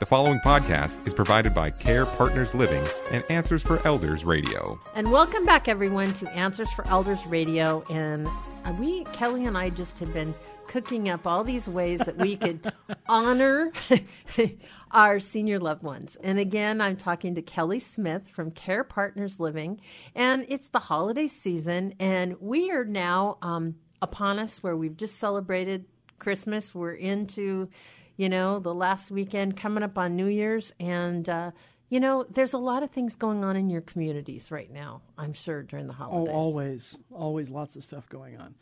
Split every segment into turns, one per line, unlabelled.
The following podcast is provided by Care Partners Living and Answers for Elders Radio.
And welcome back, everyone, to Answers for Elders Radio. And uh, we, Kelly and I, just have been cooking up all these ways that we could honor our senior loved ones. And again, I'm talking to Kelly Smith from Care Partners Living. And it's the holiday season, and we are now um, upon us where we've just celebrated Christmas. We're into, you know, the last weekend coming up on New Year's. And, uh, you know, there's a lot of things going on in your communities right now, I'm sure, during the
Oh,
holidays.
always, always lots of stuff going on.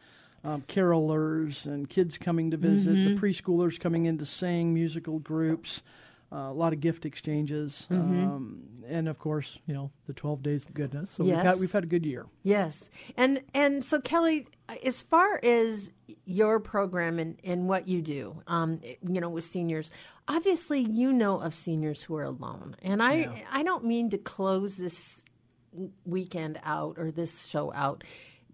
Um, carolers and kids coming to visit, the preschoolers coming in to sing, musical groups, uh, a lot of gift exchanges, um, and of course, you know, the twelve days of goodness. So we've
Yes.
had we've had a good year.
Yes, and and so Kelly, as far as your program and, and what you do, um, you know, with seniors, obviously you know of seniors who are alone, and I I don't mean to close this weekend out or this show out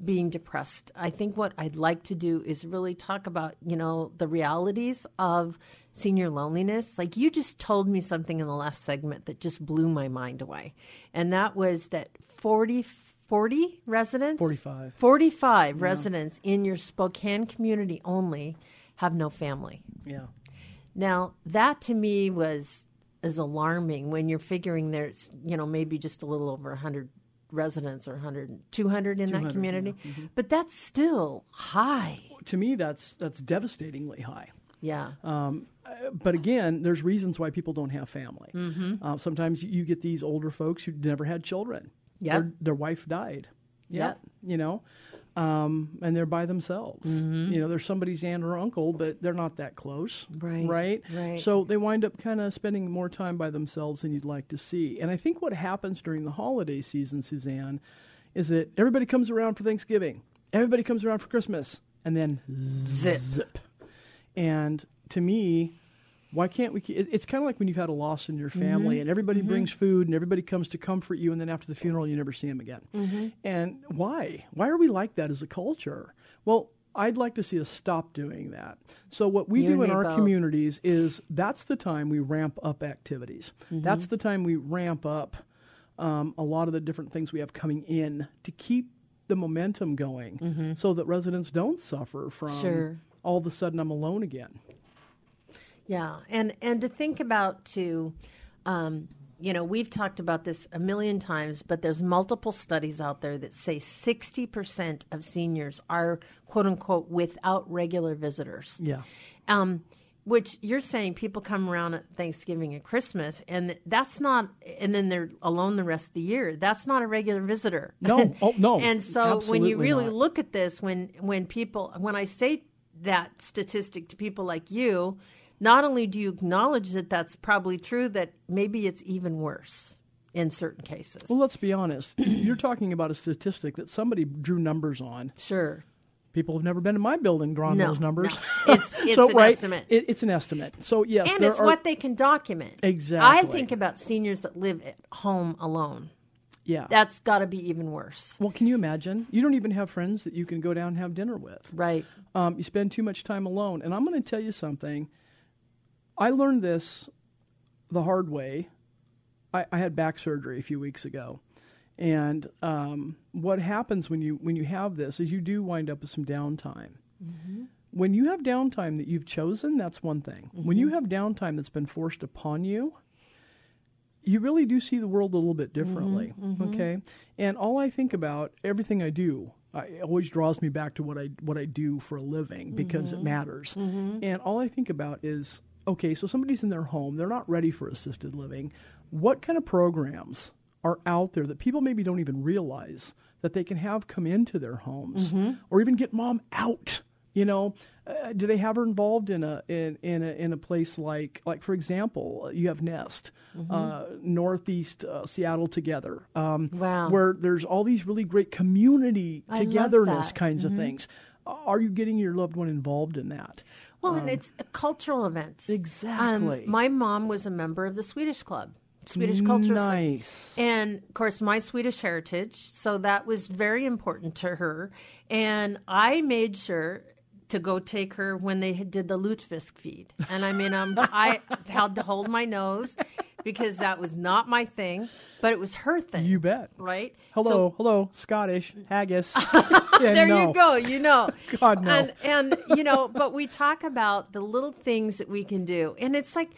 being depressed. I think what I'd like to do is really talk about, you know, the realities of senior loneliness. Like you just told me something in the last segment that just blew my mind away. And that was that 40 40 residents
45.
45 residents in your Spokane community only have no family.
Yeah,
Now that to me was is alarming when you're figuring there's you know maybe just a little over 100 residents or 100 200 in that community but that's still high
to me, that's that's devastatingly high.
yeah
but again, there's reasons why people don't have family.
Mm-hmm.
Uh, sometimes you get these older folks who never had children.
Yep.
Their, their wife died.
Yep.
You know, um, and they're by themselves.
Mm-hmm.
You know, they're somebody's aunt or uncle, but they're not that close.
Right,
Right.
right.
So they wind up kind of spending more time by themselves than you'd like to see. And I think what happens during the holiday season, Suzanne, is that everybody comes around for Thanksgiving, everybody comes around for Christmas, and then
zip
zip. And to me, why can't we? ke- it- It's kind of like when you've had a loss in your family, and everybody brings food, and everybody comes to comfort you, and then after the funeral, you never see them again. And why? Why are we like that as a culture? Well, I'd like to see us stop doing that. So what we
You and
do in
me
our
both.
community communities is that's the time we ramp up activities.
Mm-hmm.
That's the time we ramp up um, a lot of the different things we have coming in to keep the momentum going so that residents don't suffer from
Mm-hmm. Sure.
all of a sudden I'm alone again.
Yeah, and and to think about too, um, you know, we've talked about this a million times, but there's multiple studies out there that say 60% of seniors are quote unquote without regular visitors.
Yeah.
Um, which you're saying people come around at Thanksgiving and Christmas, and that's not, and then they're alone the rest of the year. That's not a regular visitor.
No. Oh, no.
and so when
Absolutely
you really
not.
look at this when when people when i say that statistic to people like you not only do you acknowledge that that's probably true that maybe it's even worse in certain cases
Well, let's be honest. You're talking about a statistic that somebody drew numbers on.
sure
People have never been in my building drawing
No,
those numbers.
no. It's- it's
so,
an
right,
estimate.
It, it's an estimate. So, yes.
and
there
it's
are-
what they can document i
Exactly.
think about seniors that live at home alone
Yeah.
that's got to be even worse
Well, can you imagine? You don't even have friends that you can go down and have dinner with.
right
Um, you spend too much time alone. And I'm going to tell you something. I learned this the hard way. I, I had back surgery a few weeks ago, and um, what happens when you when you have this is you do wind up with some downtime. When you have downtime that you've chosen, that's one thing. When you have downtime that's been forced upon you, you really do see the world a little bit differently. Okay, and all I think about everything I do. I, it always draws me back to what I what I do for a living because it matters. And all I think about is okay. So somebody's in their home; they're not ready for assisted living. What kind of programs are out there that people maybe don't even realize that they can have come into their homes, or even get mom out? You know, uh, do they have her involved in a in in a, in a place like like for example, you have Nest,
Mm-hmm.
uh, Northeast uh, Seattle Together, um,
Wow.
where there's all these really great community
I love that.
togetherness
Mm-hmm.
kinds of things. Are you getting your loved one involved in that?
Well, and it's a cultural events.
um, Exactly.
Um, my mom was a member of the Swedish Club, Swedish Culture. Society.
Nice.
And of course, my Swedish heritage. So that was very important to her. And I made sure to go take her when they had- did the lutefisk feed. And I mean, um, I had to hold my nose because that was not my thing, but it was her thing.
You bet.
Right?
Hello,
So-
hello, Scottish haggis. Yeah,
there
no.
you go. You know.
God, no.
And, and, you know, but we talk about the little things that we can do. And it's like,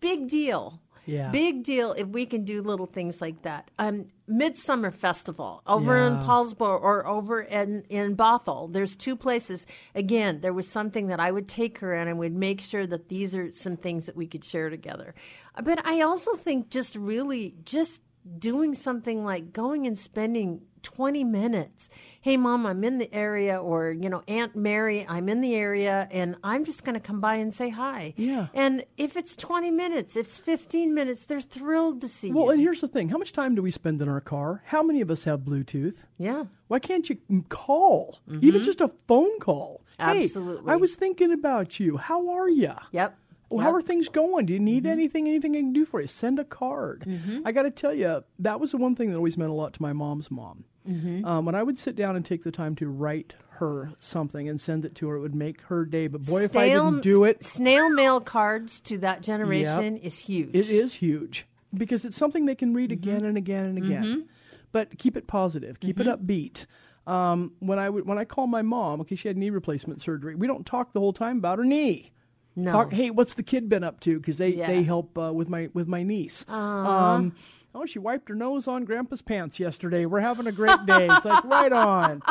big deal.
Yeah.
Big deal if we can do little things like that. Um, Midsummer Festival over in
Yeah.
Paulsboro or over in, in Bothell. There's two places. Again, there was something that I would take her and I would make sure that these are some things that we could share together. Uh, But I also think just really just doing something like going and spending 20 minutes. Hey, mom, I'm in the area, or, you know, Aunt Mary, I'm in the area, and I'm just going to come by and say hi.
Yeah.
And if it's 20 minutes, if it's 15 minutes, they're thrilled to see
Well,
you.
and here's the thing: how much time do we spend in our car? How many of us have Bluetooth?
yeah.
Why can't you m- call? Even just a phone call. Hey, I
Mm-hmm. Absolutely.
was thinking about you. How are you?
Yep.
Well,
Yep. Mm-hmm.
How are things going? Do you need anything? Anything I can do for you? Send a card. I got to tell you, that was the one thing that always meant a lot to my mom's mom.
Mm-hmm.
Um, when I would sit down and take the time to write her something and send it to her, it would make her day. But boy, if I didn't do it,
Snail mail cards to that generation is huge. Mm-hmm.
it is huge because it's something they can read again and again and again. But keep it positive, keep it
Mm-hmm.
upbeat. Um, when I would when I call my mom, okay, she had knee replacement surgery. We don't talk the whole time about her knee.
No.
Talk, hey, what's the kid been up to? Because they,
Yeah.
they help uh, with my with my niece. Um, oh, she wiped her nose on Grandpa's pants yesterday. We're having a great day. it's like right on.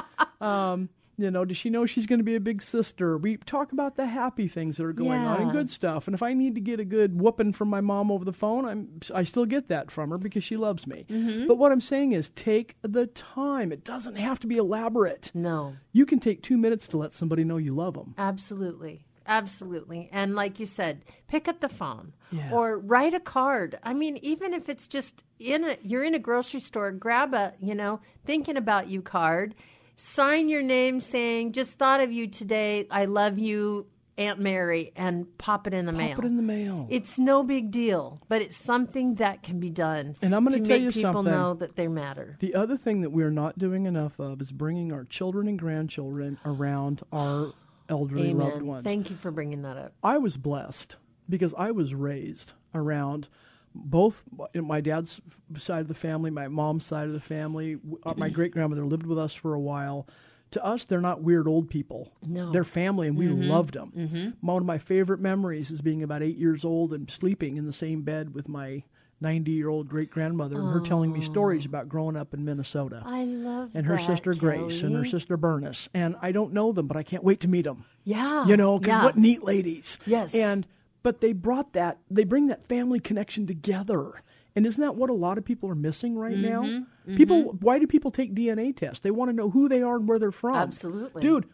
Um, you know, does she know she's going to be a big sister? We talk about the happy things that are going on and
Yeah.
good stuff. And if I need to get a good whooping from my mom over the phone, I'm I still get that from her because she loves me.
Mm-hmm.
But what I'm saying is take the time. It doesn't have to be elaborate.
No.
You can take 2 minutes to let somebody know you love them.
Absolutely. Absolutely. And like you said, pick up the phone
Yeah.
or write a card. I mean, even if it's just in a you're in a grocery store, grab a, you know, thinking about you card, sign your name saying just thought of you today. I love you, Aunt Mary, and pop it in the mail.
Put it in the mail.
it's no big deal, but it's something that can be done.
And I'm gonna
to
tell
make
you
people
something.
know that they matter.
The other thing that we're not doing enough of is bringing our children and grandchildren around our elderly loved
Amen.
ones.
Thank you for bringing that up.
I was blessed because I was raised around both in my dad's side of the family, my mom's side of the family. W- uh, My great grandmother lived with us for a while. To us, they're not weird old people.
No. Mm-hmm.
They're family, and we loved them. One of my favorite memories is being about eight years old and sleeping in the same bed with my 90 year old great grandmother and her telling me stories about growing up in Minnesota.
I love
and her
that,
sister Grace and her
Kelly.
sister Bernice. And I don't know them, but I can't wait to meet them.
Yeah,
You know, 'cause
yeah.
what neat ladies.
Yes.
And but they brought that they bring that family connection together. And isn't that what a lot of people are missing right
Mm-hmm,
now? People why do people take DNA tests? They want to know who they are and where they're from.
Absolutely.
Dude,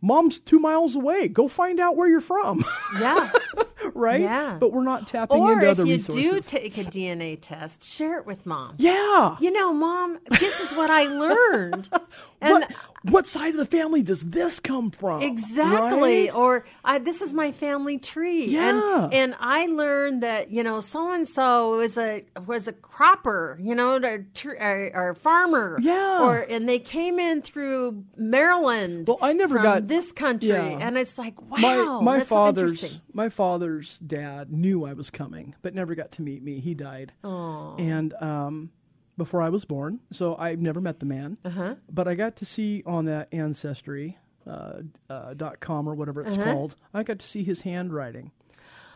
mom's 2 miles away. Go find out where you're from,
Yeah.
right?
Yeah.
But we're not tapping
Or
into
if
other
you
resources.
do take a DNA test, share it with mom.
yeah.
You know, mom, this is what I learned. And
what, what side of the family does this come from?
exactly.
Right?
Or I, this is my family tree.
Yeah.
And, and I learned that, you know, so and so was a was a cropper, you know, or, tr- or, or farmer.
Yeah.
Or and they came in through Maryland.
Well, I never
from
got-
this country.
Yeah.
And it's like,
my
wow,
my
that's so
father's
interesting.
my father's dad knew I was coming, but never got to meet me. He died, and um, before I was born, so I've never met the man. Uh-huh. But I got to see on that ancestry uh, uh, dot com or whatever
Uh-huh.
it's called. I got to see his handwriting.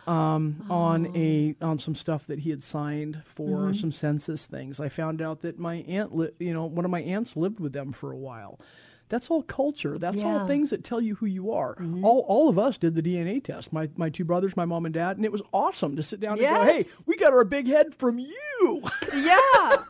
Um, on a on some stuff that he had signed for
Mm-hmm.
some census things, I found out that my aunt, li- you know, one of my aunts lived with them for a while. That's all culture. That's all
Yeah. Mm-hmm.
things things that tell you who you are. All, all of us did the DNA test. My my two brothers, my mom and dad, and it was awesome to sit down and go, "Hey,
Yes.
we got our big head from you."
yeah.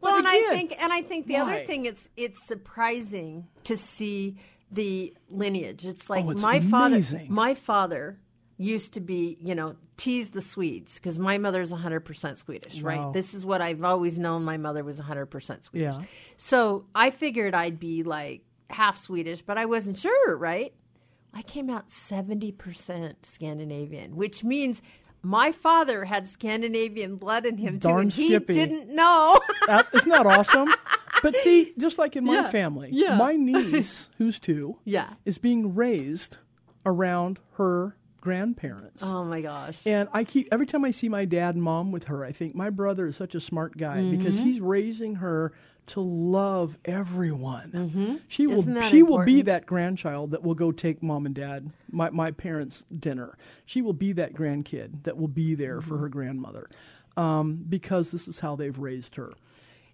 Well, and I
again,
think and I think the
why?
other thing it's it's surprising to see the lineage. It's like
Oh, it's
my father
amazing.
my father used to be, you know, tease the Swedes because my mother's 100% Swedish,
Wow.
right? This is what I've always known my mother was 100% Swedish.
Yeah.
So, I figured I'd be like half Swedish, but I wasn't sure, right? I came out 70% Scandinavian, which means my father had Scandinavian blood in him too,
Darn
and he
skippy.
didn't know.
that, isn't that awesome? But see, just like in my
Yeah.
family,
Yeah.
my niece, who's two,
Yeah.
is being raised around her grandparents.
Oh my gosh.
And I keep every time I see my dad and mom with her, I think my brother is such a smart guy because
Mm-hmm.
he's raising her to love everyone. She will she
Mm-hmm. Isn't that
will be
important?
that grandchild that will go take mom and dad my my parents dinner. She will be that grandkid that will be there for
Mm-hmm.
her grandmother. Um, because this is how they've raised her.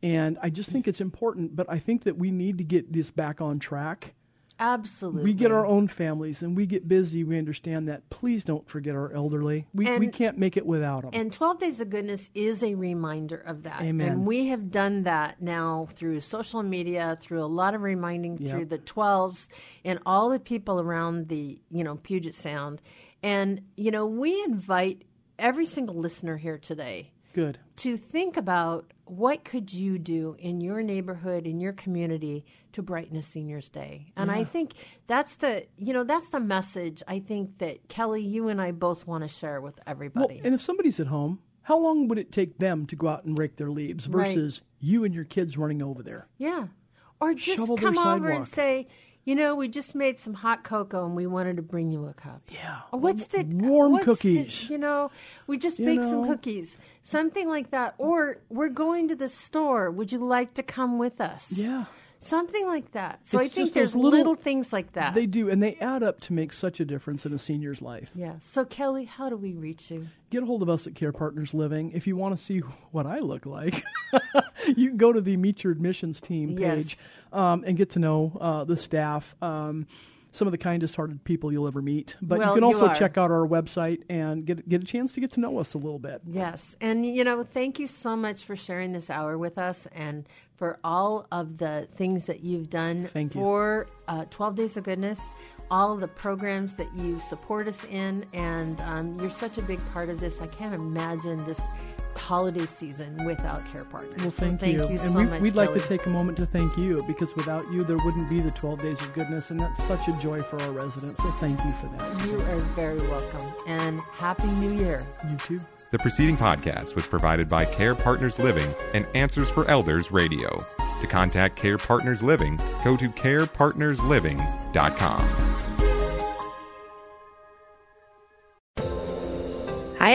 And I just think it's important, but I think that we need to get this back on track.
Absolutely.
We get our own families and we get busy. We understand that. Please don't forget our elderly. We, we
And-
can't make it without them.
And 12 Days of Goodness is a reminder of that.
Amen.
And we have done that now through social media, through a lot of reminding through the 12s and all the people around the, you know, Puget Sound. And, you know, we invite every single listener here today
Good.
to think about what could you do in your neighborhood in your community to brighten a senior's day and i think that's the you know that's the message i think that kelly you and i both want to share with
Well,
everybody
and if somebody's at home, how long would it take them to go out and rake their leaves
Right.
versus you and your kids running over there?
yeah or just
Shovel their
come over
sidewalk.
and say you know we just made some hot cocoa and we wanted to bring you a cup
Yeah.
Or What's the
warm
what's the-
cookies?
you know, we just baked some
know?
cookies, something like that. Or we're going to the store. Would you like to come with us?
Yeah.
something like that. So I
It's
think
just those
there's
little-
little, things like that.
They do, and they add up to make such a difference in a senior's life.
yeah. So Kelly, how do we reach you?
Get a hold of us at Care Partners Living. If you want to see what I look like, you can go to the Meet Your Admissions Team page
Yes.
um, and get to know uh, the staff. Um, some of the kindest hearted people you'll ever meet. But you
Well,
can
you
also
are.
check out our website and get, get a chance to get to know us a little bit.
Yes, and you know, thank you so much for sharing this hour with us and for all of the things that you've done
Thank you.
for uh, 12 Days of Goodness, all of the programs that you support us in, and um, you're such a big part of this. I can't imagine this holiday season without Care Partners.
Well, thank,
so thank you,
and
so
we,
much.
we'd like to
Kelly.
take a moment to thank you because without you, there wouldn't be the 12 Days of Goodness, and that's such a joy for our residents. So thank you for that.
You are very welcome, and Happy New Year.
You too.
The preceding podcast was provided by Care Partners Living and Answers for Elders Radio. To contact Care Partners Living, go to carepartnersliving.com.
Hi,